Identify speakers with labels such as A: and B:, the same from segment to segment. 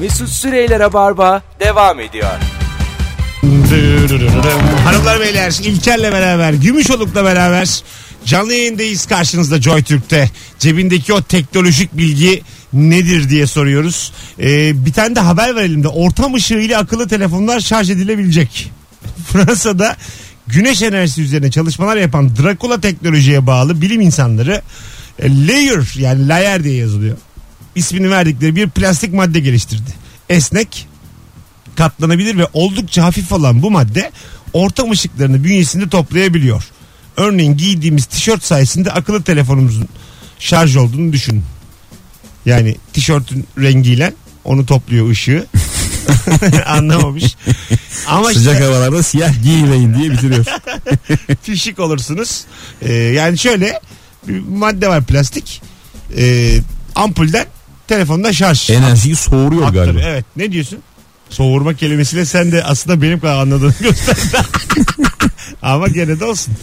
A: Mesut Süreyler'e barba devam ediyor.
B: Hanımlar beyler İlker'le beraber Gümüşoluk'la beraber canlı yayındayız karşınızda Joy Türk'te. Cebindeki o teknolojik bilgi nedir diye soruyoruz. Ee, bir tane de haber var elimde. Ortam ışığıyla akıllı telefonlar şarj edilebilecek. Fransa'da güneş enerjisi üzerine çalışmalar yapan Dracula teknolojiye bağlı bilim insanları e, layer yani layer diye yazılıyor. İsmini verdikleri bir plastik madde geliştirdi. Esnek, katlanabilir ve oldukça hafif olan bu madde ortam ışıklarını bünyesinde toplayabiliyor. Örneğin giydiğimiz tişört sayesinde akıllı telefonumuzun şarj olduğunu düşünün. Yani tişörtün rengiyle onu topluyor ışığı. Anlamamış. Ama işte-
C: Sıcak havalarda siyah giymeyin diye bitiriyor.
B: fişik olursunuz. Ee, yani şöyle bir madde var plastik. Ee, ampulden telefonda şarj.
C: Enerjiyi soğuruyor
B: Aktarıyor.
C: galiba.
B: Evet. Ne diyorsun? Soğurma kelimesiyle sen de aslında benim kadar anladığını gösterdin. Ama gene de olsun.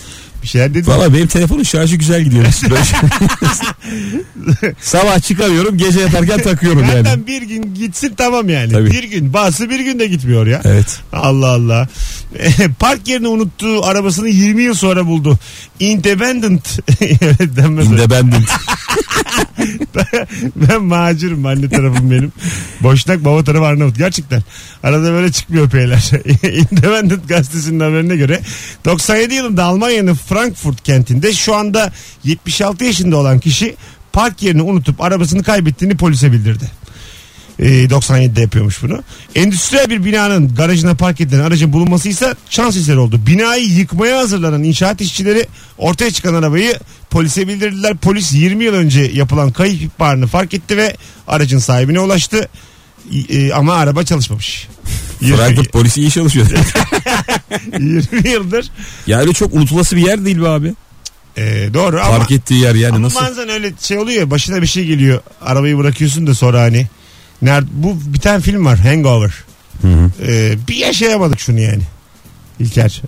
B: Bir şeyler dedin.
C: Valla benim telefonun şarjı güzel gidiyor. Böyle şey- Sabah çıkarıyorum gece yatarken takıyorum yani.
B: Zaten bir gün gitsin tamam yani.
C: Tabii.
B: Bir gün. Bazısı bir günde gitmiyor ya.
C: Evet.
B: Allah Allah. Park yerini unuttuğu arabasını 20 yıl sonra buldu. Independent. evet denmez öyle.
C: Independent.
B: ben macurum anne tarafım benim. Boşnak baba tarafı Arnavut. Gerçekten. Arada böyle çıkmıyor peyler. Independent gazetesinin haberine göre 97 yılında Almanya'nın Frankfurt kentinde şu anda 76 yaşında olan kişi park yerini unutup arabasını kaybettiğini polise bildirdi. Ee, 97'de yapıyormuş bunu. Endüstriyel bir binanın garajına park edilen aracın bulunması ise şans eseri oldu. Binayı yıkmaya hazırlanan inşaat işçileri ortaya çıkan arabayı polise bildirdiler. Polis 20 yıl önce yapılan kayıp ihbarını fark etti ve aracın sahibine ulaştı. Ee, ama araba çalışmamış. 20,
C: Frankfurt polisi iyi çalışıyor.
B: 20 yıldır.
C: ya öyle çok unutulası bir yer değil be abi.
B: Ee, doğru ama,
C: Park ettiği yer yani
B: ama
C: nasıl?
B: bazen öyle şey oluyor ya, başına bir şey geliyor. Arabayı bırakıyorsun da sonra hani. Nerede, bu bir tane film var Hangover.
C: Hı hı.
B: Ee, bir yaşayamadık şunu yani. İlker.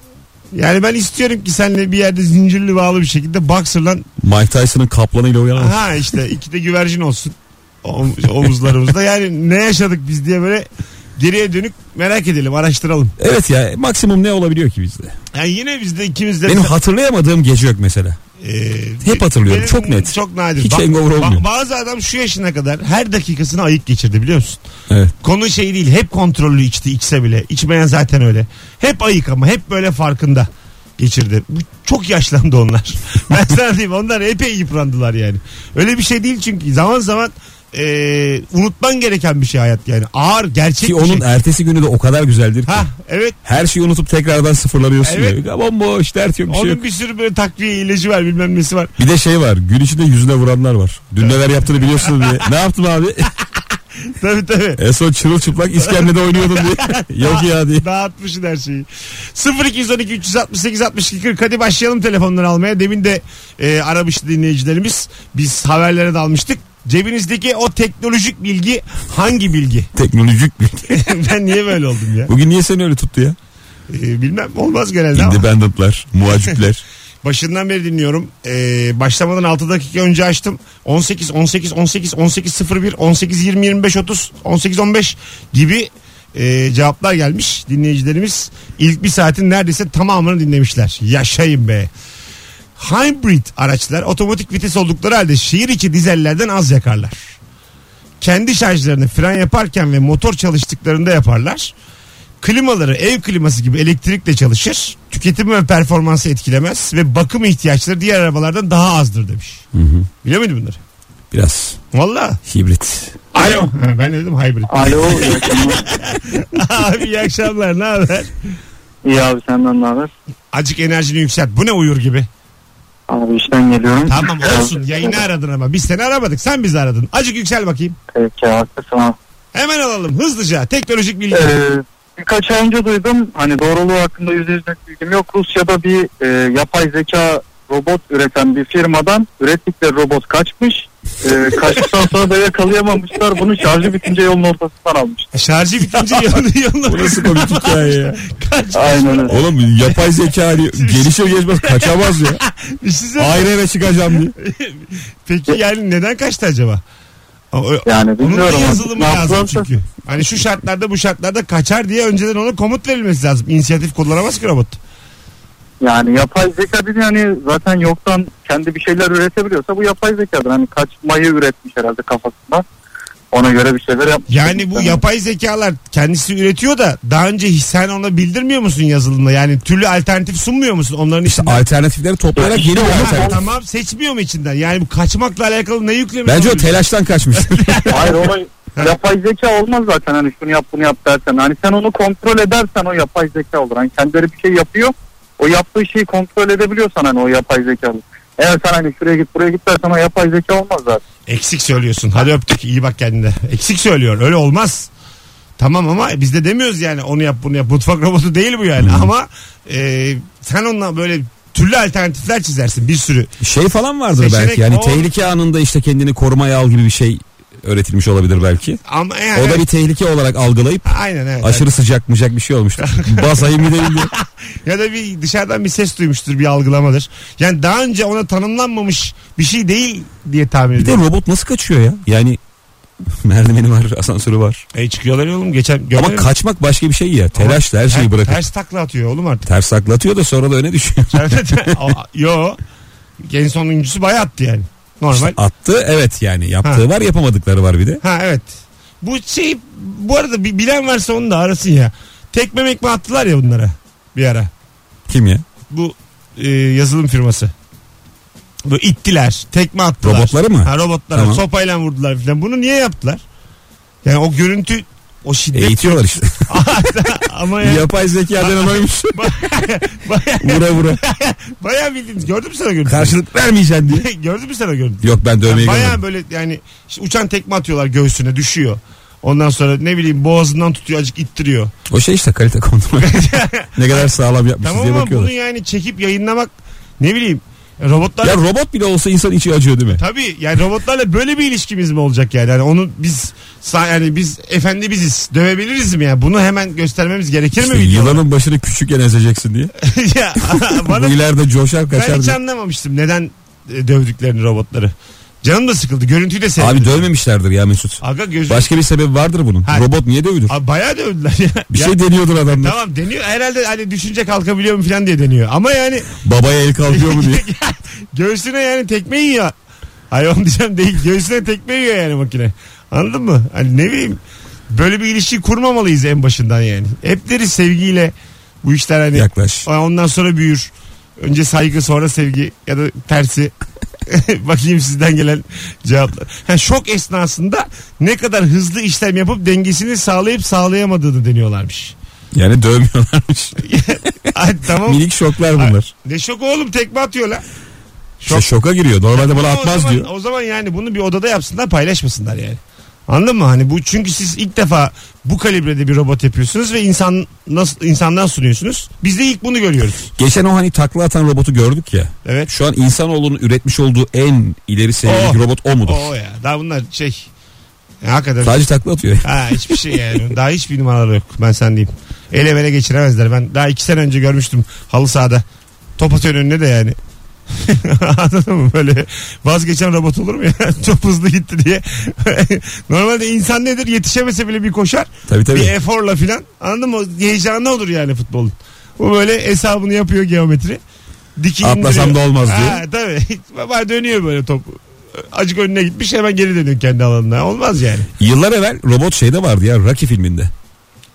B: Yani ben istiyorum ki seninle bir yerde zincirli bağlı bir şekilde boxer'la
C: Mike Tyson'ın kaplanıyla uyanamaz.
B: ha işte iki de güvercin olsun Om- omuzlarımızda. Yani ne yaşadık biz diye böyle geriye dönük merak edelim, araştıralım.
C: Evet ya maksimum ne olabiliyor ki bizde?
B: Yani yine bizde ikimiz de
C: Benim hatırlayamadığım gece yok mesela.
B: Ee,
C: Hep hatırlıyorum,
B: benim
C: çok net.
B: Çok nadir.
C: Hiç
B: Ba-
C: hangover
B: ba-
C: olmuyor.
B: bazı adam şu yaşına kadar her dakikasını ayık geçirdi biliyor musun?
C: Evet.
B: Konu şey değil. Hep kontrollü içti içse bile. İçmeyen zaten öyle. Hep ayık ama hep böyle farkında geçirdi. Bu, çok yaşlandı onlar. ben sana diyeyim onlar epey yıprandılar yani. Öyle bir şey değil çünkü zaman zaman e, unutman gereken bir şey hayat yani. Ağır gerçek bir
C: Ki onun er-
B: şey.
C: ertesi günü de o kadar güzeldir ki.
B: Ha evet.
C: Her şeyi unutup tekrardan sıfırlanıyorsun
B: Evet.
C: ya. Aman boş dert yok bir şey
B: onun
C: yok.
B: bir sürü böyle takviye ilacı var bilmem nesi var.
C: Bir de şey var gün içinde yüzüne vuranlar var. Dün neler yaptığını biliyorsun diye. Ne yaptım abi?
B: Tabii tabii.
C: en son çırılçıplak iskemlede oynuyordum diye. yok ya diye.
B: Dağıtmışsın her şeyi. 0212 368 62 40 hadi başlayalım telefonları almaya. Demin de e, aramıştı dinleyicilerimiz. Biz haberlere dalmıştık. Cebinizdeki o teknolojik bilgi hangi bilgi?
C: Teknolojik bir.
B: ben niye böyle oldum ya?
C: Bugün niye seni öyle tuttu ya?
B: E, bilmem olmaz genelde ama.
C: Independentlar, muacipler.
B: Başından beri dinliyorum. E, başlamadan 6 dakika önce açtım. 18 18 18 18 01 18 20 25 30 18 15 gibi e, cevaplar gelmiş dinleyicilerimiz. ilk bir saatin neredeyse tamamını dinlemişler. Yaşayın be. Hybrid araçlar otomatik vites oldukları halde şehir içi dizellerden az yakarlar. Kendi şarjlarını fren yaparken ve motor çalıştıklarında yaparlar. Klimaları ev kliması gibi elektrikle çalışır. Tüketimi ve performansı etkilemez ve bakım ihtiyaçları diğer arabalardan daha azdır demiş. Biliyor muydun bunları?
C: Biraz
B: Valla.
C: hibrit.
B: Alo. ben dedim hybrid.
D: Alo iyi akşamlar.
B: Abi iyi akşamlar ne haber?
D: İyi abi senden ne haber?
B: Acık enerjini yükselt. Bu ne uyur gibi.
D: Abi işten geliyorum.
B: Tamam olsun yayını aradın ama biz seni aramadık sen bizi aradın. Acık yüksel bakayım.
D: Peki haklısın abi.
B: Hemen alalım hızlıca teknolojik bilgi.
D: Ee, birkaç ay önce duydum. Hani doğruluğu hakkında yüzde yüz net bilgim yok. Rusya'da bir e, yapay zeka robot üreten bir firmadan ürettikleri robot kaçmış. E, kaçtıktan sonra da yakalayamamışlar. Bunu şarjı bitince yolun ortasından almışlar.
B: Şarjı bitince yanı yanına.
C: Bu nasıl komik hikaye ya?
D: Aynen öyle.
C: Oğlum yapay zeka hani gelişir gelişmez kaçamaz ya.
B: Bir şey söyleyeyim.
C: Ayrı eve çıkacağım diye.
B: Peki yani neden kaçtı acaba? O- o-
D: Yani
B: Onun da
D: bilmiyorum.
B: yazılımı lazım
D: Yapılırsa-
B: çünkü. Hani şu şartlarda bu şartlarda kaçar diye önceden ona komut verilmesi lazım. İnisiyatif kullanamaz ki robot.
D: Yani yapay zeka dedi hani zaten yoktan kendi bir şeyler üretebiliyorsa bu yapay zekadır. Hani kaçmayı üretmiş herhalde kafasında. Ona göre bir şeyler yapmış.
B: Yani bu yapay zekalar kendisi üretiyor da daha önce sen ona bildirmiyor musun yazılımda? Yani türlü alternatif sunmuyor musun? Onların işte
C: Alternatifleri toplayarak yeni bir alternatif.
B: Tamam seçmiyor mu içinden? Yani bu kaçmakla alakalı ne yüklemiş?
C: Bence o
B: olabilir?
C: telaştan kaçmış.
D: Hayır olay yapay zeka olmaz zaten hani şunu yap bunu yap dersen. Hani sen onu kontrol edersen o yapay zeka olur. Hani kendileri bir şey yapıyor. O yaptığı şeyi kontrol edebiliyorsan hani o yapay zeka olur. Eğer sen hani şuraya git buraya git dersen o yapay zeka olmaz zaten.
B: Eksik söylüyorsun. Hadi öptük. iyi bak kendine. Eksik söylüyor. Öyle olmaz. Tamam ama biz de demiyoruz yani onu yap bunu yap. Mutfak robotu değil bu yani. Ama e, sen onunla böyle türlü alternatifler çizersin bir sürü.
C: şey falan vardır
B: Seçenek
C: belki. Yani
B: o.
C: tehlike anında işte kendini korumaya al gibi bir şey öğretilmiş olabilir belki.
B: Ama yani,
C: O da bir tehlike olarak algılayıp
B: Aynen evet.
C: aşırı sıcak mıcak bir şey olmuştur. Basayım gidelim diye.
B: Ya da bir dışarıdan bir ses duymuştur bir algılamadır. Yani daha önce ona tanımlanmamış bir şey değil diye tahmin
C: Bir de
B: ediyorum.
C: robot nasıl kaçıyor ya? Yani merdiveni var, asansörü var.
B: E çıkıyorlar ya oğlum geçen
C: Ama kaçmak başka bir şey ya. Telaşla her şeyi bırakıp.
B: Ters takla atıyor oğlum artık.
C: Ters saklatıyor da sonra da öne düşüyor.
B: Aa, Yo. En sonuncusu bayağı attı yani. Normal.
C: Attı evet yani yaptığı var yapamadıkları var bir de.
B: Ha evet. Bu şey bu arada bir bilen varsa onu da arasın ya. Tekme mekme attılar ya bunlara bir ara.
C: Kim ya?
B: Bu e, yazılım firması. Bu ittiler, tekme attılar.
C: Robotları mı?
B: Ha robotlara
C: Tamam.
B: sopayla vurdular filan. Bunu niye yaptılar? Yani o görüntü o şiddet
C: Eğitiyorlar işte.
B: ama ya,
C: Yapay zeka denen oymuş.
B: baya,
C: vura vura.
B: baya bildiğiniz gördün mü sen o görüntüyü?
C: Karşılık vermeyeceksin diye.
B: gördün mü sen o görüntüyü?
C: Yok ben dövmeyi
B: Yani
C: görmedim.
B: baya böyle yani işte uçan tekme atıyorlar göğsüne düşüyor. Ondan sonra ne bileyim boğazından tutuyor acık ittiriyor.
C: O şey işte kalite kontrolü. ne kadar sağlam yapmışız
B: Tamam
C: diye
B: ama bunu
C: bakıyorlar.
B: yani çekip yayınlamak ne bileyim robotlar
C: Ya robot bile olsa insan içi acıyor değil mi?
B: Tabii yani robotlarla böyle bir ilişkimiz mi olacak yani? yani onu biz sa- yani biz efendi biziz. Dövebiliriz mi yani? Bunu hemen göstermemiz gerekir mi
C: İşte
B: videoda?
C: yılanın başını küçükken ezeceksin diye.
B: ya
C: Bu
B: bana
C: ileride coşar
B: ben
C: kaçar.
B: hiç
C: diye.
B: anlamamıştım neden e, dövdüklerini robotları. Canım da sıkıldı. Görüntüyü de sevdim.
C: Abi dövmemişlerdir ya Mesut.
B: Aga gözü
C: Başka bir sebebi vardır bunun.
B: Ha.
C: Robot niye dövülür?
B: Abi bayağı dövdüler ya.
C: Bir
B: Ya
C: şey deniyordur adamlar.
B: Tamam deniyor. Herhalde hani düşünce kalkabiliyor mu falan diye deniyor. Ama yani
C: Babaya el kalkıyor mu diye.
B: göğsüne yani tekme yiyor. Hayvan diyeceğim değil. Göğsüne tekme yiyor yani makine. Anladın mı? Hani ne bileyim. Böyle bir ilişki kurmamalıyız en başından yani. Hep deriz sevgiyle bu işler hani
C: Yaklaş.
B: ondan sonra büyür. Önce saygı sonra sevgi ya da tersi. Bakayım sizden gelen cevaplar. Ha, şok esnasında ne kadar hızlı işlem yapıp dengesini sağlayıp sağlayamadığını deniyorlarmış.
C: Yani dövmüyorlarmış.
B: Ay, tamam.
C: Minik şoklar
B: Ay,
C: bunlar.
B: Ne şok oğlum tekme atıyor lan.
C: İşte şoka giriyor. Normalde bana
B: Ama o
C: atmaz
B: zaman,
C: diyor.
B: O zaman yani bunu bir odada yapsınlar paylaşmasınlar yani. Anladın mı? Hani bu çünkü siz ilk defa bu kalibrede bir robot yapıyorsunuz ve insan nasıl insandan sunuyorsunuz. Biz de ilk bunu görüyoruz.
C: Geçen o hani takla atan robotu gördük ya.
B: Evet.
C: Şu an insanoğlunun üretmiş olduğu en ileri seviyedeki
B: O.
C: robot o mudur?
B: Oo Oh. ya. Daha bunlar şey. Ya, hakikaten.
C: Sadece takla atıyor.
B: Ha hiçbir şey yani. daha hiçbir numaraları yok. Ben sen diyeyim. Ele vele geçiremezler. Ben daha iki sene önce görmüştüm halı sahada. Top atıyor önüne de yani. Anladın mı? Böyle vazgeçen robot olur mu ya? Çok hızlı gitti diye. Normalde insan nedir? Yetişemese bile bir koşar.
C: Tabii tabii.
B: Bir eforla filan. Anladın mı? Heyecanı olur yani futbolun. Bu böyle hesabını yapıyor geometri. Diki
C: Atlasam
B: indiriyor.
C: da olmaz
B: Ha, tabii. Baba dönüyor böyle top. Acık önüne gitmiş hemen geri dönüyor kendi alanına. Olmaz yani.
C: Yıllar evvel robot şeyde vardı ya Rocky filminde.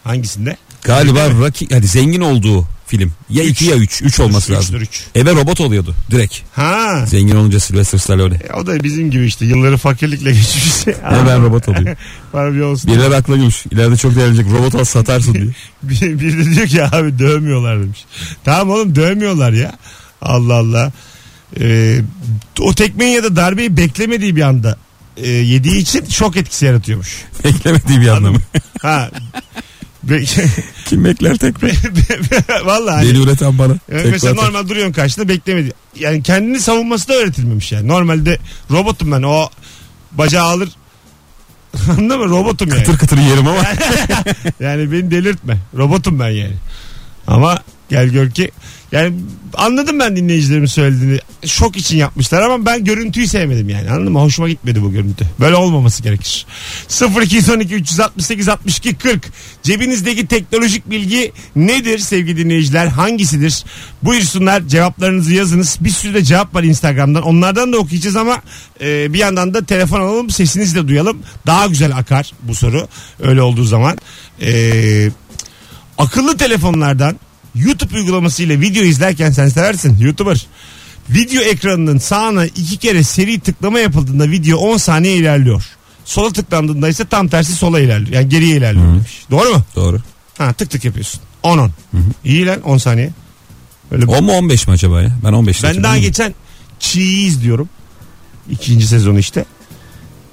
B: Hangisinde?
C: Galiba Rocky hani zengin olduğu film. Ya 2 ya 3. 3 olması
B: Üçtür,
C: lazım.
B: üç.
C: Eve robot oluyordu direkt.
B: Ha.
C: Zengin olunca Sylvester Stallone.
B: E, o da bizim gibi işte yılları fakirlikle geçmiş.
C: Ya E, ben robot olayım.
B: Var bir olsun.
C: Birileri akla gülmüş. İleride çok değerlenecek. Robot al satarsın diye.
B: Bir, bir de diyor ki abi dövmüyorlar demiş. Tamam oğlum dövmüyorlar ya. Allah Allah. Ee, o tekmeyi ya da darbeyi beklemediği bir anda e, yediği için şok etkisi yaratıyormuş.
C: Beklemediği bir anlamı.
B: Ha. Be-
C: Kim bekler tekme?
B: Vallahi hani-
C: Deli üreten bana.
B: Yani
C: Tekme
B: mesela
C: atar.
B: normal duruyorsun karşında beklemedi. Yani kendini savunması da öğretilmemiş yani. Normalde robotum ben o bacağı alır. Anladın mı? Robotum yani.
C: Kıtır kıtır yerim ama.
B: Yani beni delirtme. Robotum ben yani. Ama Gel gör ki. Yani anladım ben dinleyicilerimin söylediğini. Şok için yapmışlar ama ben görüntüyü sevmedim yani. Anladın mı? Hoşuma gitmedi bu görüntü. Böyle olmaması gerekir. 0212 368 62 40. Cebinizdeki teknolojik bilgi nedir sevgili dinleyiciler? Hangisidir? Buyursunlar cevaplarınızı yazınız. Bir sürü de cevap var Instagram'dan. Onlardan da okuyacağız ama e, bir yandan da telefon alalım sesinizi de duyalım. Daha güzel akar bu soru öyle olduğu zaman. E, Eee akıllı telefonlardan YouTube uygulamasıyla video izlerken sen seversin YouTuber. Video ekranının sağına iki kere seri tıklama yapıldığında video 10 saniye ilerliyor. Sola tıklandığında ise tam tersi sola ilerliyor. Yani geriye ilerliyor demiş. Doğru mu?
E: Doğru.
B: Ha tık tık yapıyorsun. 10 10. İyi lan 10 saniye. Öyle
E: 10 mu 15 mi acaba ya? Ben 15
B: ben daha geçen Çiğ'yi izliyorum. İkinci sezon işte.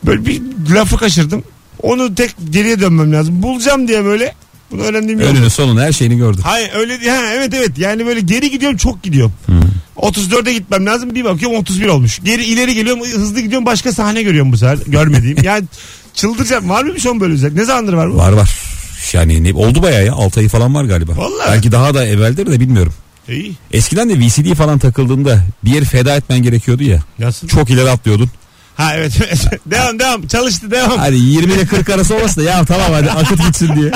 B: Böyle bir lafı kaçırdım. Onu tek geriye dönmem lazım. Bulacağım diye böyle. Bunu öğrendiğim yok.
E: Önünü sonunu her şeyini gördüm.
B: Hayır öyle değil. Ha, evet evet yani böyle geri gidiyorum çok gidiyorum. 34'e gitmem lazım bir bakıyorum 31 olmuş. Geri ileri geliyorum hızlı gidiyorum başka sahne görüyorum bu sefer görmediğim. yani çıldıracağım var mıymış on böyle özellik? Ne zamandır var bu?
E: Var var. Yani ne, oldu bayağı ya 6 ayı falan var galiba.
B: Vallahi.
E: Belki daha da evveldir de bilmiyorum.
B: İyi
E: Eskiden de VCD falan takıldığında bir yeri feda etmen gerekiyordu ya.
B: nasıl?
E: Çok ileri atlıyordun.
B: Ha evet evet. devam devam çalıştı devam.
E: Hadi 20 ile 40 arası olmasın da ya tamam hadi akıt gitsin diye.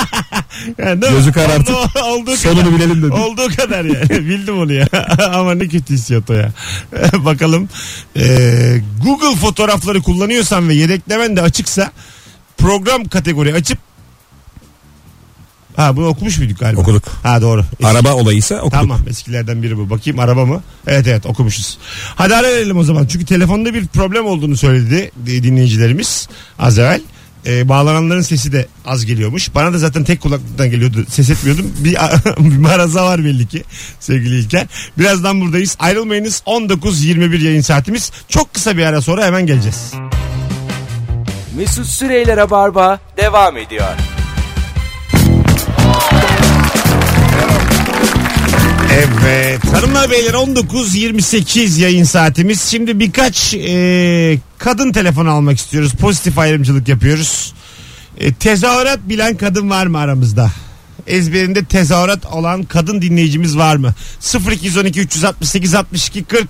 B: Yani değil mi?
E: gözü karartıp
B: Oldu- olduğu kadar.
E: Sonunu bilelim dedi.
B: Olduğu kadar yani. Bildim onu ya. Ama ne kötü hissiyat o ya. Bakalım. Ee, Google fotoğrafları kullanıyorsan ve yedeklemen de açıksa program kategori açıp Ha bunu okumuş muyduk galiba?
E: Okuduk.
B: Ha doğru.
E: Araba olayıysa okuduk.
B: Tamam eskilerden biri bu. Bakayım araba mı? Evet evet okumuşuz. Hadi ara verelim o zaman. Çünkü telefonda bir problem olduğunu söyledi e, dinleyicilerimiz az evvel. E, bağlananların sesi de az geliyormuş. Bana da zaten tek kulaklıktan geliyordu. Ses etmiyordum. Bir, bir maraza var belli ki sevgili İlker. Birazdan buradayız. Ayrılmayınız. 19.21 yayın saatimiz. Çok kısa bir ara sonra hemen geleceğiz.
A: Mesut Süreyler'e barba devam ediyor.
B: Evet hanımlar beyler 19.28 yayın saatimiz. Şimdi birkaç e, kadın telefonu almak istiyoruz. Pozitif ayrımcılık yapıyoruz. E, tezahürat bilen kadın var mı aramızda? Ezberinde tezahürat olan kadın dinleyicimiz var mı? 0212 368 62 40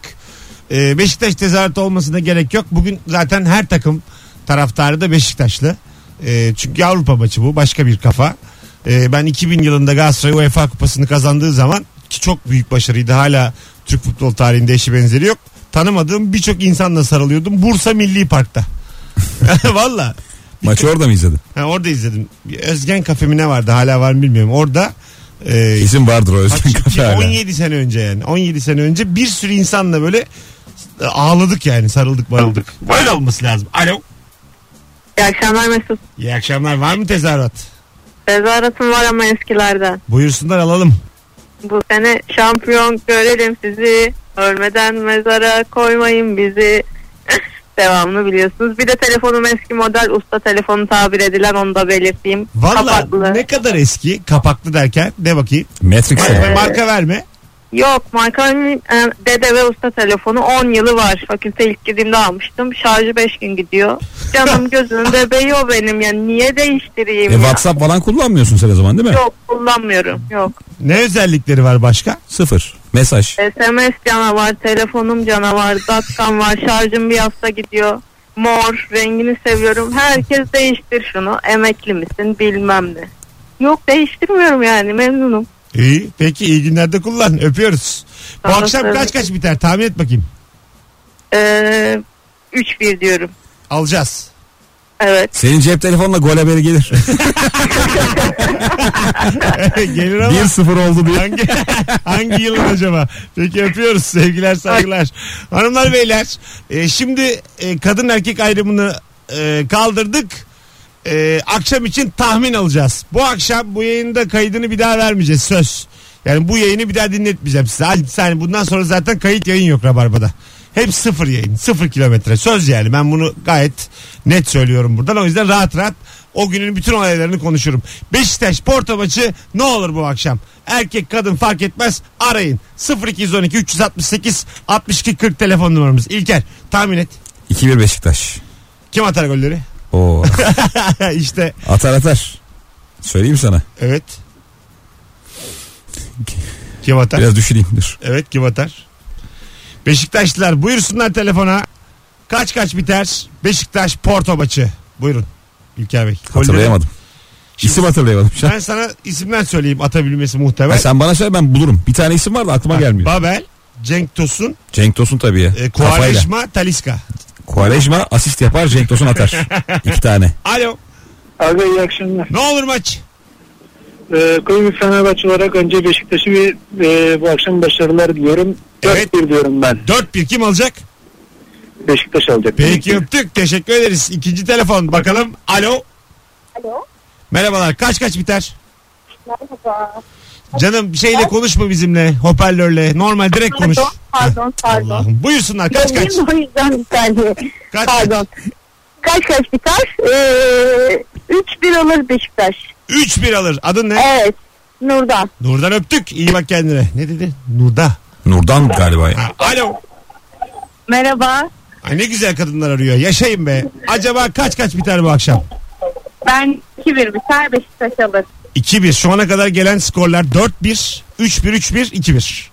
B: E, Beşiktaş tezahüratı olmasına gerek yok. Bugün zaten her takım taraftarı da Beşiktaşlı. E, çünkü Avrupa maçı bu başka bir kafa. E, ben 2000 yılında Galatasaray UEFA kupasını kazandığı zaman ki çok büyük başarıydı. Hala Türk futbol tarihinde eşi benzeri yok. Tanımadığım birçok insanla sarılıyordum. Bursa Milli Park'ta. Valla.
E: Maçı orada mı izledin?
B: Ha, orada izledim. Bir Özgen kafe mi ne vardı hala var mı bilmiyorum. Orada e,
E: Kesin vardır o Özgün
B: kaç-
E: Kafe hala.
B: 17 sene önce yani. 17 sene önce bir sürü insanla böyle e, ağladık yani sarıldık barıldık. Böyle olması lazım. Alo.
F: İyi akşamlar Mesut.
B: İyi akşamlar var mı tezahürat?
F: Tezahüratım var ama eskilerden.
B: Buyursunlar alalım.
F: Bu sene şampiyon görelim sizi. Ölmeden mezara koymayın bizi. Devamını biliyorsunuz. Bir de telefonum eski model usta telefonu tabir edilen onu da belirteyim.
B: Valla
F: Kapaklı.
B: ne kadar eski kapaklı derken de bakayım.
E: Matrix'e.
B: Marka, marka verme.
F: Yok marka e, dede ve usta telefonu 10 yılı var. Fakülte ilk girdiğimde almıştım. Şarjı 5 gün gidiyor. Canım gözünün bebeği o benim yani niye değiştireyim
E: E,
F: ya?
E: WhatsApp falan kullanmıyorsun sen o zaman değil mi?
F: Yok kullanmıyorum yok.
B: Ne özellikleri var başka?
E: Sıfır. Mesaj.
F: SMS canavar, telefonum canavar, datkam var, şarjım bir hafta gidiyor. Mor, rengini seviyorum. Herkes değiştir şunu. Emekli misin bilmem ne. Yok değiştirmiyorum yani memnunum.
B: İyi. Peki iyi günlerde kullan. Öpüyoruz. Bu
F: Sağ
B: akşam
F: olasın.
B: kaç kaç biter tahmin et bakayım.
F: Ee, 3-1 diyorum.
B: Alacağız.
F: Evet.
E: Senin cep telefonla gol haberi gelir.
B: Gelir ama.
E: 1-0 oldu diye.
B: Hangi, hangi yılın acaba? Peki öpüyoruz. Sevgiler saygılar. Hanımlar beyler e, şimdi e, kadın erkek ayrımını e, kaldırdık. E, akşam için tahmin alacağız. Bu akşam bu yayında kaydını bir daha vermeyeceğiz söz. Yani bu yayını bir daha dinletmeyeceğim size. Hadi Yani bundan sonra zaten kayıt yayın yok Rabarba'da. Hep sıfır yayın, sıfır kilometre. Söz yani ben bunu gayet net söylüyorum buradan. O yüzden rahat rahat o günün bütün olaylarını konuşurum. Beşiktaş Porto maçı ne olur bu akşam? Erkek kadın fark etmez arayın. 0212 368 62 40 telefon numaramız. İlker tahmin et.
E: 2-1 Beşiktaş.
B: Kim atar golleri?
E: Oo.
B: işte
E: Atar atar. Söyleyeyim sana.
B: evet. Kim atar?
C: Biraz düşüneyim dur.
B: Evet kim atar? Beşiktaşlılar buyursunlar telefona. Kaç kaç biter? Beşiktaş Porto maçı. Buyurun İlker Bey.
C: Hatırlayamadım. İsim hatırlayamadım şu an.
B: Ben sana isimden söyleyeyim atabilmesi
C: Ha,
B: muhtemel.
C: sen bana söyle ben bulurum. Bir tane isim var da aklıma gelmiyor.
B: Babel, Cenk Tosun,
C: Cenk Tosun tabii ya.
B: e,
C: Kafayla.
B: Kuvareşma, Taliska.
C: Kuvareşma asist yapar Cenk Tosun atar. İki tane.
B: Alo.
D: Abi iyi akşamlar.
B: Ne olur maç.
D: Ee, Koyu bir Fenerbahçe olarak önce Beşiktaş'ı bir e, bu akşam başarılar diliyorum.
B: Evet.
D: 4-1 diyorum ben.
B: 4-1 kim alacak?
D: Beşiktaş alacak.
B: Peki öptük. Teşekkür ederiz. İkinci telefon bakalım. Alo.
G: Alo.
B: Merhabalar. Kaç kaç biter?
G: Merhaba.
B: Canım şeyle konuşma bizimle. Hoparlörle. Normal direkt konuş.
G: Pardon, pardon, pardon.
B: Allah'ım. Buyursunlar kaç kaç.
G: Benim O yüzden bir saniye.
B: Kaç
G: Pardon. Kaç kaç biter? Ee, 3-1 olur Beşiktaş.
B: 3-1 alır. Adın ne?
G: Evet. Nurdan.
B: Nurdan öptük. İyi bak kendine. Ne dedi? Nurda.
C: Nurdan galiba ya.
B: Ha, alo.
F: Merhaba.
B: Ay ne güzel kadınlar arıyor. Yaşayın be. Acaba kaç kaç biter bu akşam?
F: Ben 2-1 biter Beşiktaş alır.
B: 2-1. Şu ana kadar gelen skorlar 4-1, 3-1, 3-1, 2-1.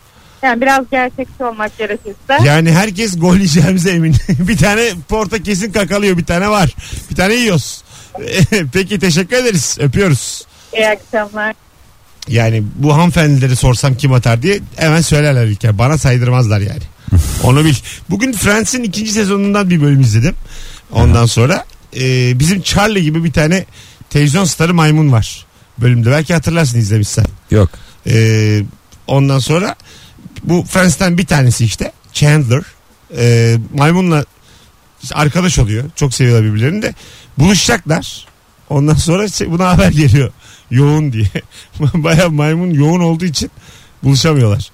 F: Yani biraz gerçekçi olmak gerekirse.
B: Yani herkes gol yiyeceğimize emin. bir tane porta kesin kakalıyor. Bir tane var. Bir tane yiyoruz. Peki teşekkür ederiz. Öpüyoruz.
F: İyi akşamlar.
B: Yani bu hanımefendileri sorsam kim atar diye hemen söylerler İlker. Bana saydırmazlar yani. Onu bil. Bugün Friends'in ikinci sezonundan bir bölüm izledim. Ondan sonra e, bizim Charlie gibi bir tane televizyon starı maymun var bölümde. Belki hatırlarsın izlemişsen.
C: Yok.
B: E, ondan sonra bu Friends'ten bir tanesi işte Chandler. E, maymunla arkadaş oluyor. Çok seviyorlar birbirlerini de. Buluşacaklar. Ondan sonra şey- buna haber geliyor. Yoğun diye. Baya maymun yoğun olduğu için buluşamıyorlar.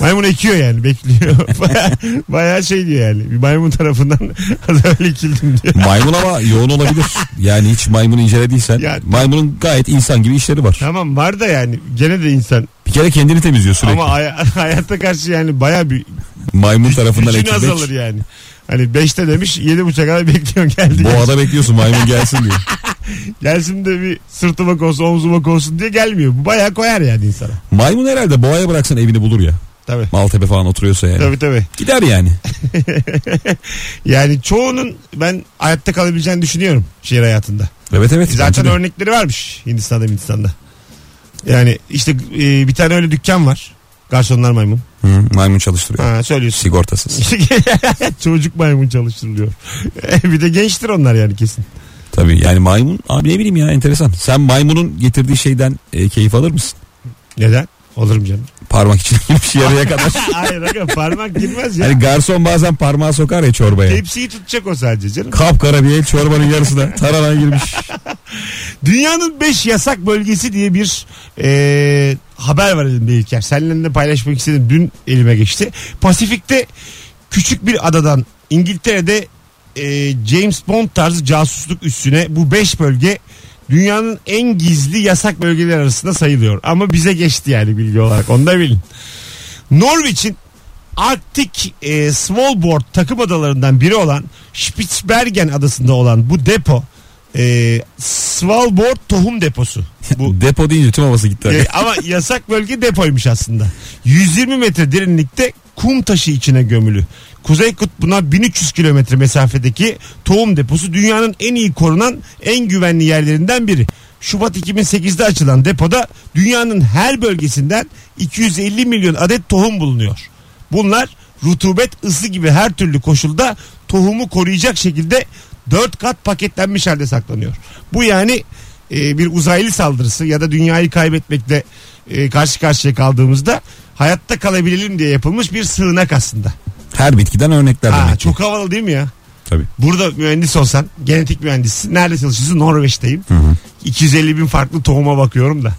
B: Maymun ekiyor yani bekliyor. Baya, bayağı şey diyor yani. Bir maymun tarafından az evvel ekildim diyor.
C: Maymun ama yoğun olabilir. Yani hiç maymunu incelediysen.
B: Ya-
C: maymunun gayet insan gibi işleri var.
B: Tamam var da yani gene de insan
C: Bir kere kendini temizliyor sürekli.
B: ama hay- hayata karşı yani baya bir
C: Maymun tarafından
B: gücün azalır
C: ekmek.
B: yani. Hani 5'te demiş 7.30'a kadar bekliyorsun geldi.
C: Boğada bekliyorsun maymun gelsin diyor.
B: Gelsin de bir sırtıma konsun omzuma konsun diye gelmiyor. Bu bayağı koyar yani insana.
C: Maymun herhalde boğaya bıraksan evini bulur ya.
B: Tabii.
C: Maltepe falan oturuyorsa yani.
B: Tabii tabii.
C: Gider yani.
B: Yani çoğunun ben hayatta kalabileceğini düşünüyorum şehir hayatında.
C: Evet evet.
B: Zaten
C: bence de.
B: örnekleri varmış Hindistan'da Hindistan'da. Yani işte e, bir tane öyle dükkan var. Garsonlar maymun.
C: Hı, maymun çalıştırıyor.
B: Ha, söylüyorsun.
C: Sigortasız.
B: Çocuk maymun çalıştırılıyor. bir de gençtir onlar yani kesin.
C: Tabii yani maymun abi ne bileyim ya enteresan. Sen maymunun getirdiği şeyden e, keyif alır mısın?
B: Neden? Olurum canım.
C: Parmak için girmiş yarıya kadar.
B: Hayır aga, parmak girmez ya.
C: Hani garson bazen parmağı sokar ya çorbaya.
B: Tepsiyi tutacak o sadece canım.
C: Kapkara bir el çorbanın yarısına tarana girmiş.
B: Dünyanın 5 yasak bölgesi diye bir e, haber var elimde İlker. Seninle de paylaşmak istedim. Dün elime geçti. Pasifik'te küçük bir adadan İngiltere'de e, James Bond tarzı casusluk üssüne bu 5 bölge dünyanın en gizli yasak bölgeler arasında sayılıyor. Ama bize geçti yani bilgi olarak. Onu da bilin. Norveç'in Arktik e, Svalbard takım adalarından biri olan Spitsbergen adasında olan bu depo e, Svalbard tohum deposu. Bu
C: Depo deyince tüm havası gitti.
B: e, ama yasak bölge depoymuş aslında. 120 metre derinlikte kum taşı içine gömülü. Kuzey Kutbu'na 1300 kilometre mesafedeki tohum deposu dünyanın en iyi korunan en güvenli yerlerinden biri. Şubat 2008'de açılan depoda dünyanın her bölgesinden 250 milyon adet tohum bulunuyor. Bunlar rutubet, ısı gibi her türlü koşulda tohumu koruyacak şekilde 4 kat paketlenmiş halde saklanıyor. Bu yani e, bir uzaylı saldırısı ya da dünyayı kaybetmekle e, karşı karşıya kaldığımızda hayatta kalabilelim diye yapılmış bir sığınak aslında.
C: Her bitkiden örnekler
B: Ha,
C: demek ki.
B: çok havalı değil mi ya?
C: Tabii.
B: Burada mühendis olsan, genetik mühendissin. Nerede çalışıyorsun? Norveç'teyim. 250 bin farklı tohuma bakıyorum da.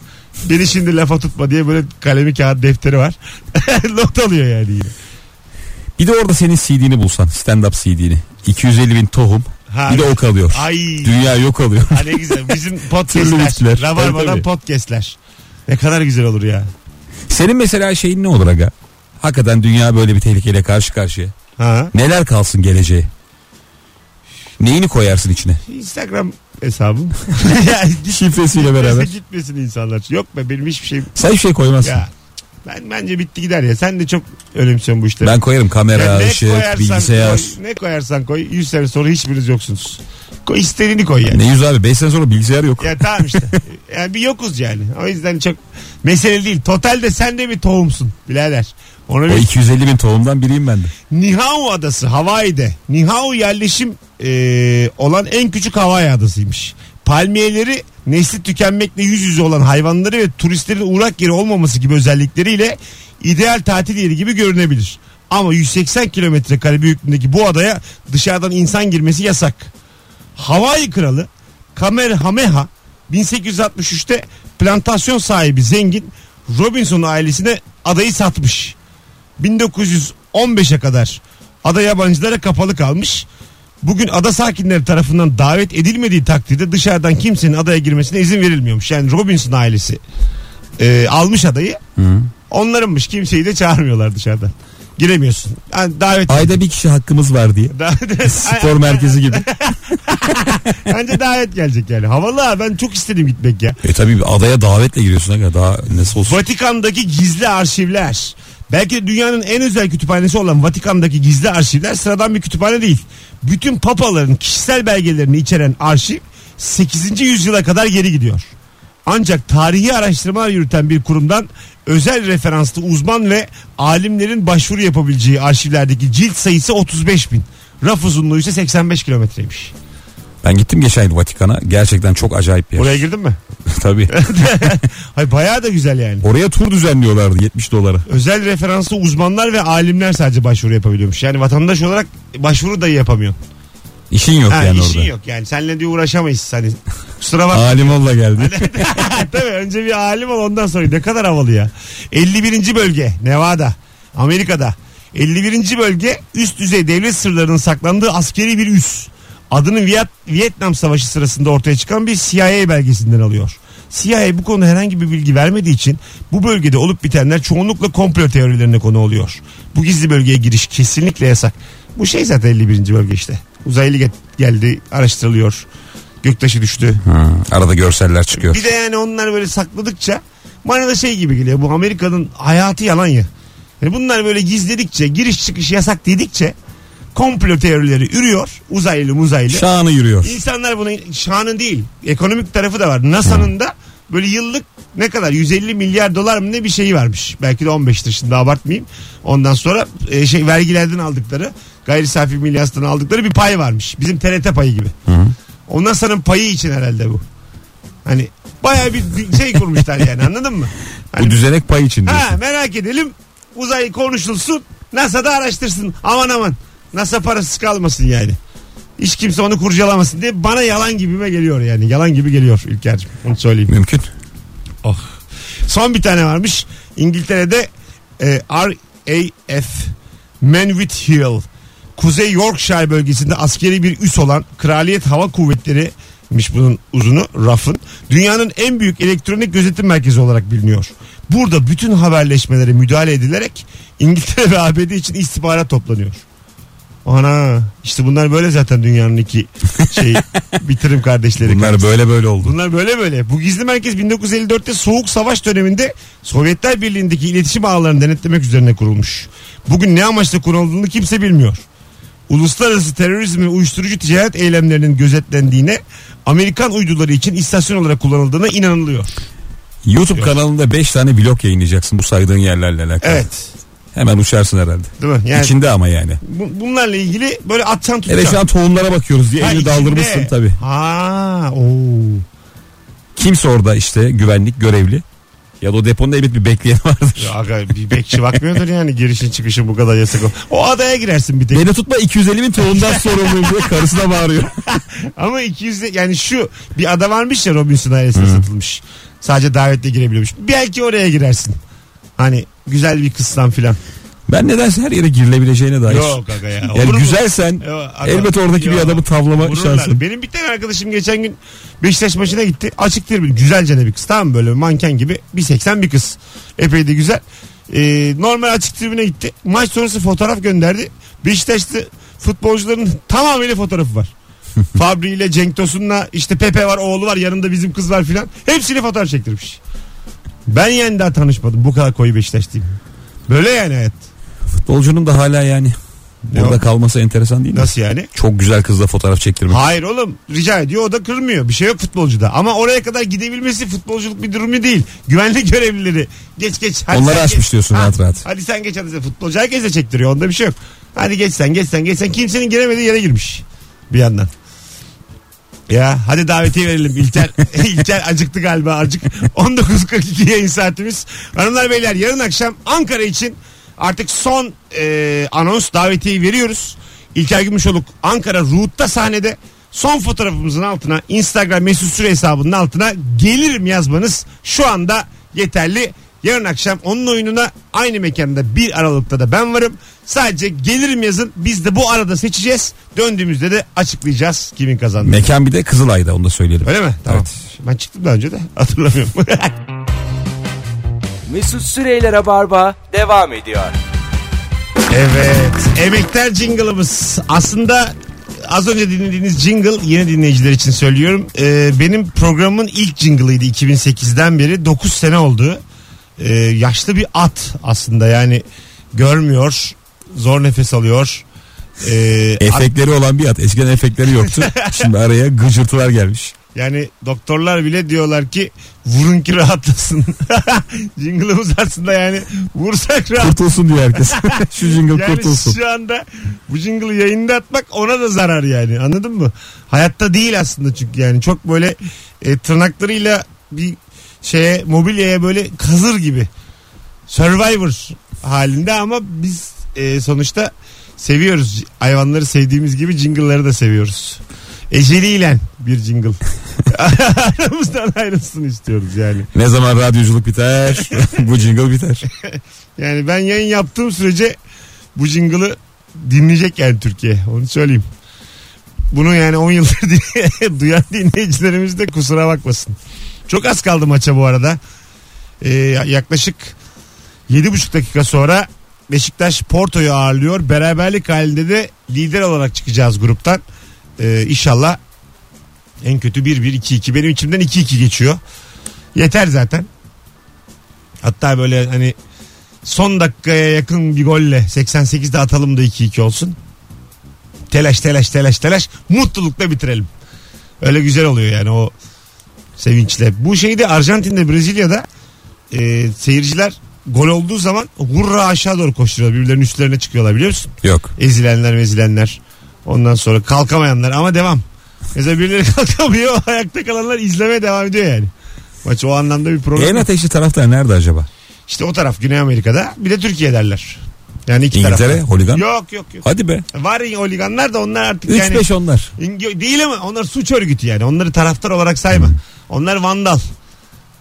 B: Beni şimdi lafa tutma diye böyle kalemi kağıt defteri var. Not alıyor yani yine.
C: Bir de orada senin CD'ni bulsan. Stand up CD'ni. 250 bin tohum.
B: Ha.
C: Bir de o kalıyor.
B: Ay.
C: Dünya yok oluyor.
B: Ha ne güzel. Bizim
C: Türlü bitler.
B: podcastler. Rabarbadan
C: Tabii, tabii.
B: podcastler. Ne kadar güzel olur ya.
C: Senin mesela şeyin ne olur aga? Hakikaten dünya böyle bir tehlikeyle karşı karşıya.
B: Ha.
C: Neler kalsın geleceğe? Neyini koyarsın içine?
B: Instagram hesabım. ya, git-
C: Şifresiyle beraber.
B: gitmesin insanlar. Yok be benim hiçbir şeyim.
C: Sen hiçbir şey koymazsın.
B: Ya. Ben bence bitti gider ya. Sen de çok önemsiyorsun bu işleri.
C: Ben koyarım kamera,
B: Ya ne
C: ışık,
B: koyarsan
C: bilgisayar.
B: Koy, ne koyarsan koy. 100 sene sonra hiçbiriniz yoksunuz. Koy, istediğini koy yani.
C: Ne yüz abi 5 sene sonra bilgisayar yok.
B: Ya tamam işte. Yani bir yokuz yani. O yüzden çok mesele değil. Totalde sen de bir tohumsun birader. Ona
C: O
B: bir
C: 250 bin tohumdan biriyim ben de.
B: Nihau adası Hawaii'de. Nihau yerleşim e, olan en küçük Hawaii adasıymış. Palmiyeleri nesli tükenmekle yüz yüze olan hayvanları ve turistlerin uğrak yeri olmaması gibi özellikleriyle ideal tatil yeri gibi görünebilir. Ama 180 kilometre kare büyüklüğündeki bu adaya dışarıdan insan girmesi yasak. Hawaii kralı Kamehameha 1863'te plantasyon sahibi zengin Robinson ailesine adayı satmış. 1915'e kadar ada yabancılara kapalı kalmış. Bugün ada sakinleri tarafından davet edilmediği takdirde dışarıdan kimsenin adaya girmesine izin verilmiyormuş. Yani Robinson ailesi e, almış adayı. Onlarınmış kimseyi de çağırmıyorlar dışarıdan. Giremiyorsun. Yani davet
C: Ayda bir kişi hakkımız var diye.
B: Davet-
C: Spor merkezi gibi.
B: Bence davet gelecek yani. Havalı ha ben çok istedim gitmek ya.
C: E tabi bir adaya davetle giriyorsun. aga, Daha nasıl olsun.
B: Vatikan'daki gizli arşivler. Belki de dünyanın en özel kütüphanesi olan Vatikan'daki gizli arşivler sıradan bir kütüphane değil. Bütün papaların kişisel belgelerini içeren arşiv 8. yüzyıla kadar geri gidiyor. Ancak tarihi araştırmalar yürüten bir kurumdan özel referanslı uzman ve alimlerin başvuru yapabileceği arşivlerdeki cilt sayısı 35 bin. Raf uzunluğu ise 85 kilometreymiş.
C: Ben gittim geçen yıl Vatikan'a. Gerçekten çok acayip bir yer.
B: Oraya girdin mi?
C: Tabii.
B: Hayır bayağı da güzel yani.
C: Oraya tur düzenliyorlardı 70 dolara.
B: özel referanslı uzmanlar ve alimler sadece başvuru yapabiliyormuş. Yani vatandaş olarak başvuru da yapamıyor.
C: İşin yok
B: Ha,
C: yani
B: işin
C: orada.
B: yok yani. Seninle diye uğraşamayız. Hani kusura bakma.
C: Alim olla geldi.
B: Tabii önce bir alim ol ondan sonra ne kadar havalı ya. 51. bölge Nevada Amerika'da 51. bölge üst düzey devlet sırlarının saklandığı askeri bir üs. Adını Viyat- Vietnam Savaşı sırasında ortaya çıkan bir CIA belgesinden alıyor. CIA bu konuda herhangi bir bilgi vermediği için bu bölgede olup bitenler çoğunlukla komplo teorilerine konu oluyor. Bu gizli bölgeye giriş kesinlikle yasak. Bu şey zaten 51. bölge işte. Uzaylı get- geldi araştırılıyor. Göktaşı düştü.
C: Hı, arada görseller çıkıyor.
B: Bir de yani onlar böyle sakladıkça bana da şey gibi geliyor. Bu Amerika'nın hayatı yalan ya. Yani bunlar böyle gizledikçe, giriş çıkış yasak dedikçe komplo teorileri ürüyor. Uzaylı muzaylı.
C: Şanı yürüyor.
B: İnsanlar buna şanın değil, ekonomik tarafı da var. NASA'nın da böyle yıllık ne kadar 150 milyar dolar mı ne bir şeyi varmış. Belki de 15'tir şimdi abartmayayım. Ondan sonra e, şey vergilerden aldıkları, gayri safi milli hasıladan aldıkları bir pay varmış. Bizim TRT payı gibi. O NASA'nın payı için herhalde bu. Hani bayağı bir şey kurmuşlar yani anladın mı? Hani
C: Bu düzenek pay için
B: Ha
C: diyorsun.
B: merak edelim. Uzay konuşulsun. NASA da araştırsın. Aman aman. NASA parasız kalmasın yani. Hiç kimse onu kurcalamasın diye bana yalan gibime geliyor yani. Yalan gibi geliyor İlker'cim. Onu söyleyeyim.
C: Mümkün.
B: Oh. Son bir tane varmış. İngiltere'de e, RAF Manwith Hill Kuzey Yorkshire bölgesinde askeri bir üs olan Kraliyet Hava Kuvvetleri'miş bunun uzunu RAF'ın. Dünyanın en büyük elektronik gözetim merkezi olarak biliniyor. Burada bütün haberleşmelere müdahale edilerek İngiltere ve ABD için istihbarat toplanıyor. Ana işte bunlar böyle zaten dünyanın iki şey bitirim kardeşleri.
C: Bunlar böyle böyle oldu.
B: Bunlar böyle böyle. Bu gizli merkez 1954'te Soğuk Savaş döneminde Sovyetler Birliği'ndeki iletişim ağlarını denetlemek üzerine kurulmuş. Bugün ne amaçla kurulduğunu kimse bilmiyor. Uluslararası terörizm ve uyuşturucu ticaret eylemlerinin gözetlendiğine, Amerikan uyduları için istasyon olarak kullanıldığına inanılıyor.
C: YouTube kanalında 5 tane vlog yayınlayacaksın bu saydığın yerlerle alakalı.
B: Evet.
C: Hemen uçarsın herhalde.
B: Değil mi? Yani
C: İçinde ama yani.
B: bu- bunlarla ilgili böyle atsan
C: Hele şu
B: tutacaksın.
C: an tohumlara bakıyoruz diye
B: Ha,
C: elini
B: içinde.
C: daldırmışsın tabii.
B: Ha, oo.
C: Kimse orada işte güvenlik görevli. Ya da o deponda elbet bir bekleyen vardır.
B: Ya aga, bir bekçi bakmıyordur yani girişin çıkışın bu kadar yasak. ol- O adaya girersin bir tek.
C: Beni tutma 250 bin tohumdan sorumluyum diye karısına bağırıyor.
B: Ama 200 yani şu bir ada varmış ya Robinson ailesine satılmış. Sadece davetle girebiliyormuş. Belki oraya girersin. Hani güzel bir kızsan filan.
C: Ben nedense her yere girilebileceğine dair.
B: Yok aga ya.
C: Yani
B: Olur mu?
C: güzelsen
B: Yo, adam-
C: elbet oradaki
B: Yo,
C: bir adamı tavlama
B: vururlar.
C: şansın.
B: Benim bir tane arkadaşım geçen gün Beşiktaş maçına gitti. Açık tribün. Güzelce de bir kız. Tamam mı? böyle manken gibi. 1.80 bir kız. Epey de güzel. Ee, normal açık tribüne gitti. Maç sonrası fotoğraf gönderdi. Beşiktaşlı futbolcuların tamamıyla fotoğrafı var. Fabri ile Cenk Tosun'la işte Pepe var oğlu var yanında bizim kız var filan. Hepsini fotoğraf çektirmiş. Ben yani daha tanışmadım bu kadar koyu Beşiktaşlıyım. Böyle yani hayat.
C: Futbolcunun da hala yani burada
B: Yok.
C: kalması enteresan değil mi?
B: Nasıl yani?
C: Çok güzel kızla fotoğraf çektirmek.
B: Hayır oğlum rica ediyor o da kırmıyor. Bir şey yok futbolcuda. Ama oraya kadar gidebilmesi futbolculuk bir durumu değil. Güvenlik görevlileri geç geç. Hadi
C: Onları
B: sen
C: açmış
B: geç.
C: diyorsun rahat rahat.
B: Hadi sen geç hadi sen futbolcu herkese çektiriyor onda bir şey yok. Hadi geç sen geç sen geç sen kimsenin giremediği yere girmiş bir yandan. Ya hadi davetiye verelim İlker. İlker acıktı galiba acık. 19.42 yayın saatimiz. Hanımlar beyler yarın akşam Ankara için artık son e, anons davetiyeyi veriyoruz. İlker Gümüşoluk Ankara Ruhut'ta sahnede. Son fotoğrafımızın altına Instagram mesut süre hesabının altına gelirim yazmanız şu anda yeterli. Yarın akşam onun oyununa aynı mekanda 1 Aralık'ta da ben varım. Sadece gelirim yazın. Biz de bu arada seçeceğiz. Döndüğümüzde de açıklayacağız kimin kazandığını.
C: Mekan bir de Kızılay'da onu da söyleyelim.
B: Öyle mi? Tamam. Ben çıktım daha önce de hatırlamıyorum.
A: Mesut Süreyler'e barba devam ediyor.
B: evet. Emekler jingle'ımız. Aslında az önce dinlediğiniz jingle yeni dinleyiciler için söylüyorum. Ee, benim programın ilk jingle'ıydı 2008'den beri. 9 sene oldu. Ee, yaşlı bir at aslında yani görmüyor. Zor nefes alıyor. Ee, at-
C: Efektleri olan bir at. Eskiden efektleri yoktu. Şimdi araya gıcırtılar gelmiş.
B: yani doktorlar bile diyorlar ki vurun ki rahatlasın. Jingle'ımız aslında yani vursak rahat
C: Kurtulsun diyor herkes. Şu jingle
B: Yani
C: kurtulsun.
B: şu anda bu jingle'ı yayında atmak ona da zarar yani anladın mı? Hayatta değil aslında çünkü yani çok böyle e, tırnaklarıyla bir şeye mobilyaya böyle kazır gibi survivor halinde ama biz e, sonuçta seviyoruz. Hayvanları sevdiğimiz gibi jingle'ları da seviyoruz. Eceliyle bir jingle. Aramızdan ayrılsın istiyoruz yani.
C: Ne zaman radyoculuk biter bu jingle biter.
B: Yani ben yayın yaptığım sürece bu jingle'ı dinleyecek yani Türkiye. Onu söyleyeyim. Bunu yani 10 yıldır din- duyan dinleyicilerimiz de kusura bakmasın. Çok az kaldı maça bu arada. Ee, yaklaşık 7,5 dakika sonra Beşiktaş Porto'yu ağırlıyor. Beraberlik halinde de lider olarak çıkacağız gruptan. Ee, inşallah en kötü 1-1-2-2. Benim içimden 2-2 geçiyor. Yeter zaten. Hatta böyle hani son dakikaya yakın bir golle 88'de atalım da 2-2 olsun. Telaş telaş telaş telaş mutlulukla bitirelim. Öyle güzel oluyor yani o sevinçle. Bu şeyde Arjantin'de Brezilya'da e, seyirciler gol olduğu zaman hurra aşağı doğru koşturuyorlar. Birbirlerinin üstlerine çıkıyorlar biliyor musun?
C: Yok.
B: Ezilenler mezilenler. Ondan sonra kalkamayanlar ama devam. Mesela birileri kalkamıyor ayakta kalanlar izlemeye devam ediyor yani. Maç o anlamda bir problem.
C: En
B: yok.
C: ateşli taraftar nerede acaba?
B: İşte o taraf Güney Amerika'da bir de Türkiye derler. Yani iki taraf.
C: İngiltere, holigan.
B: Yok yok yok.
C: Hadi be.
B: Var ya oliganlar da onlar artık
C: 3-5
B: yani.
C: onlar.
B: İngi- değil ama onlar suç örgütü yani. Onları taraftar olarak sayma.
C: Hmm.
B: Onlar vandal.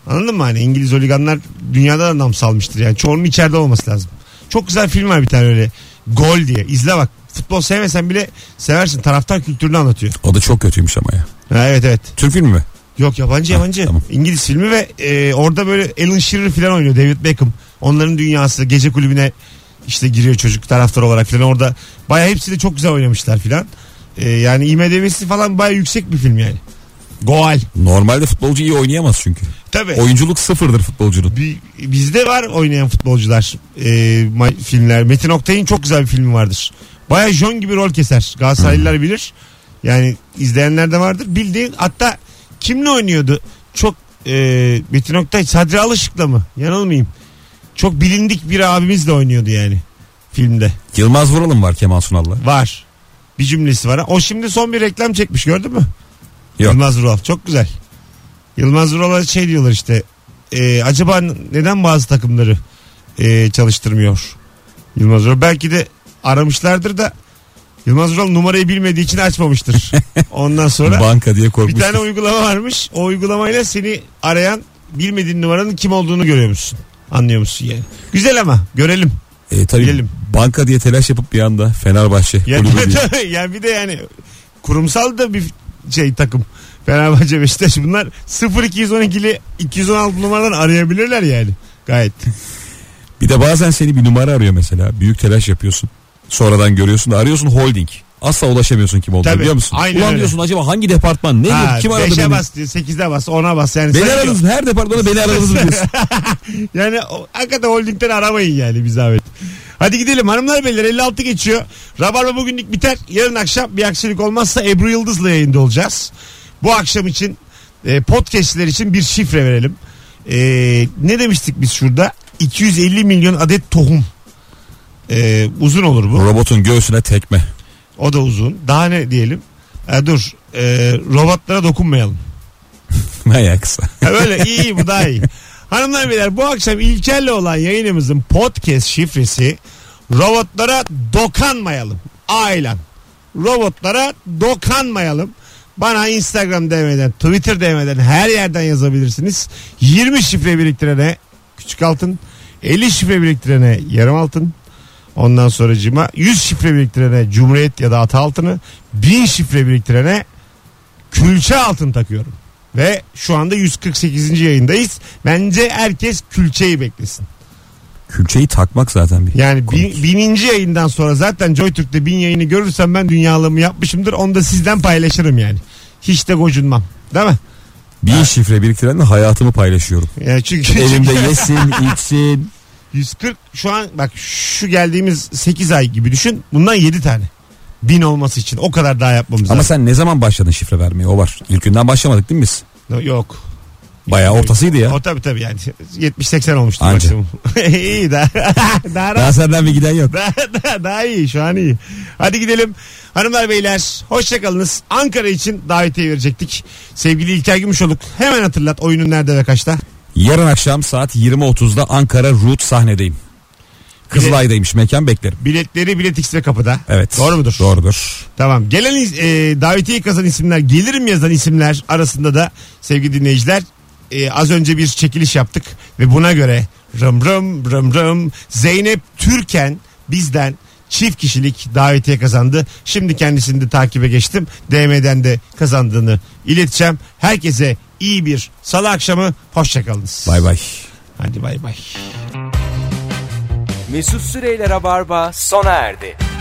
B: Anladın mı hani İngiliz oliganlar dünyada da nam salmıştır yani. Çoğunun içeride olması lazım. Çok güzel film var bir tane öyle. Gol diye. İzle bak. Futbol sevmesen bile seversin. Taraftar kültürünü anlatıyor.
C: O da çok kötüymüş ama ya.
B: Ha, evet evet.
C: Türk filmi mi?
B: Yok yabancı yabancı.
C: tamam.
B: İngiliz filmi ve e, orada böyle Alan Shearer falan oynuyor. David Beckham. Onların dünyası. Gece kulübüne işte giriyor çocuk taraftar olarak falan. Orada baya hepsi de çok güzel oynamışlar falan. E, yani IMDB'si falan baya yüksek bir film yani. Goal.
C: Normalde futbolcu iyi oynayamaz çünkü.
B: Tabii.
C: Oyunculuk sıfırdır futbolcunun.
B: Bi- bizde var oynayan futbolcular e, ma- filmler. Metin Oktay'ın çok güzel bir filmi vardır. Baya John gibi rol keser. Galatasaraylılar bilir. Yani izleyenler de vardır. Bildiğin hatta kimle oynuyordu? Çok e, Metin Oktay Sadri Alışık'la mı? Yanılmayayım. Çok bilindik bir abimizle oynuyordu yani filmde.
C: Yılmaz Vural'ın var Kemal Sunal'la.
B: Var. Bir cümlesi var. O şimdi son bir reklam çekmiş gördün mü?
C: Yok.
B: Yılmaz Vural. Çok güzel. Yılmaz Vural'a şey diyorlar işte. e, acaba n- neden bazı takımları e, çalıştırmıyor Yılmaz Vural? Belki de aramışlardır da Yılmaz Vural numarayı bilmediği için açmamıştır. Ondan sonra
C: Banka diye
B: bir
C: korkmuş.
B: tane uygulama varmış. O uygulamayla seni arayan bilmediğin numaranın kim olduğunu görüyor musun? Anlıyor musun yani? Güzel ama görelim.
C: E, tabii
B: Bilelim.
C: banka diye telaş yapıp bir anda Fenerbahçe
B: Yani,
C: kulübü diye.
B: tabii, yani bir de yani kurumsal da bir şey takım. Fenerbahçe Beşiktaş bunlar 0-212'li 216 numaradan arayabilirler yani. Gayet.
C: Bir de bazen seni bir numara arıyor mesela. Büyük telaş yapıyorsun. Sonradan görüyorsun da arıyorsun holding. asla ulaşamıyorsun kim olduğunu
B: Tabii.
C: biliyor musun?
B: Aynen
C: Ulan
B: öyle.
C: diyorsun acaba hangi departman ne
B: Ha,
C: diyor kim aradı
B: 5'e
C: beni?
B: bas diyor, 8'e bas, 10'a bas. Yani
C: Beni
B: sen-
C: aradınız mı? her departmana beni aradınız mı diyorsun.
B: yani o- hakikaten holdingden aramayın yani bir zahmet. Hadi gidelim hanımlar beyler 56 geçiyor. Rabarba bugünlük biter. Yarın akşam bir aksilik olmazsa Ebru Yıldız'la yayında olacağız. Bu akşam için e, podcastler için bir şifre verelim. E, ne demiştik biz şurada? 250 milyon adet tohum. E, uzun olur bu.
C: Robotun göğsüne tekme.
B: O da uzun. Daha ne diyelim? E, dur. E, robotlara dokunmayalım.
C: Bayağı kısa.
B: Ha, Öyle iyi iyi, bu daha iyi. Hanımlar beyler bu akşam İlker'le olan yayınımızın podcast şifresi robotlara dokanmayalım. Ailen. Robotlara dokanmayalım. Bana Instagram DM'den, Twitter DM'den her yerden yazabilirsiniz. 20 şifre biriktirene küçük altın, 50 şifre biriktirene yarım altın. Ondan sonra 100 şifre biriktirene Cumhuriyet ya da Ata altını, 1000 şifre biriktirene külçe altın takıyorum. Ve şu anda 148. yayındayız. Bence herkes külçeyi beklesin.
C: Külçeyi takmak zaten bir.
B: Yani
C: konu.
B: bin, bininci yayından sonra zaten JoyTürk'te bin yayını görürsem ben dünyalığımı yapmışımdır. Onu da sizden paylaşırım yani. Hiç de gocunmam. Değil mi?
C: Bir şifre biriktirenle hayatımı paylaşıyorum.
B: Yani çünkü
C: Elimde yesin, içsin.
B: 140 şu an bak şu geldiğimiz 8 ay gibi düşün. Bundan 7 tane. Bin olması için o kadar daha yapmamız
C: Ama
B: lazım.
C: sen ne zaman başladın şifre vermeye? O var. İlk günden başlamadık değil mi biz?
B: Yok.
C: Bayağı ortasıydı ya.
B: O tabii tabii yani 70-80 olmuştu
C: Anca.
B: maksimum. İyi daha, daha rahat.
C: Daha senden bir giden yok.
B: daha, daha, daha iyi şu an iyi. Hadi gidelim. Hanımlar beyler hoşçakalınız. Ankara için davetiye verecektik. Sevgili İlker Gümüşoluk hemen hatırlat oyunun nerede ve kaçta.
C: Yarın akşam saat 20.30'da Ankara Root sahnedeyim. Kızılay'daymış mekan beklerim.
B: Biletleri Bilet X ve kapıda.
C: Evet.
B: Doğru mudur?
C: Doğrudur.
B: Tamam. Gelen e, davetiye kazan isimler, gelirim yazan isimler arasında da sevgili dinleyiciler e, az önce bir çekiliş yaptık ve buna göre rım rım rım rım Zeynep Türken bizden çift kişilik davetiye kazandı. Şimdi kendisini de takibe geçtim. DM'den de kazandığını ileteceğim. Herkese iyi bir salı akşamı. Hoşçakalınız.
C: Bay bay.
B: Hadi bay bay.
A: Mesut Süreyler'e barba sona erdi.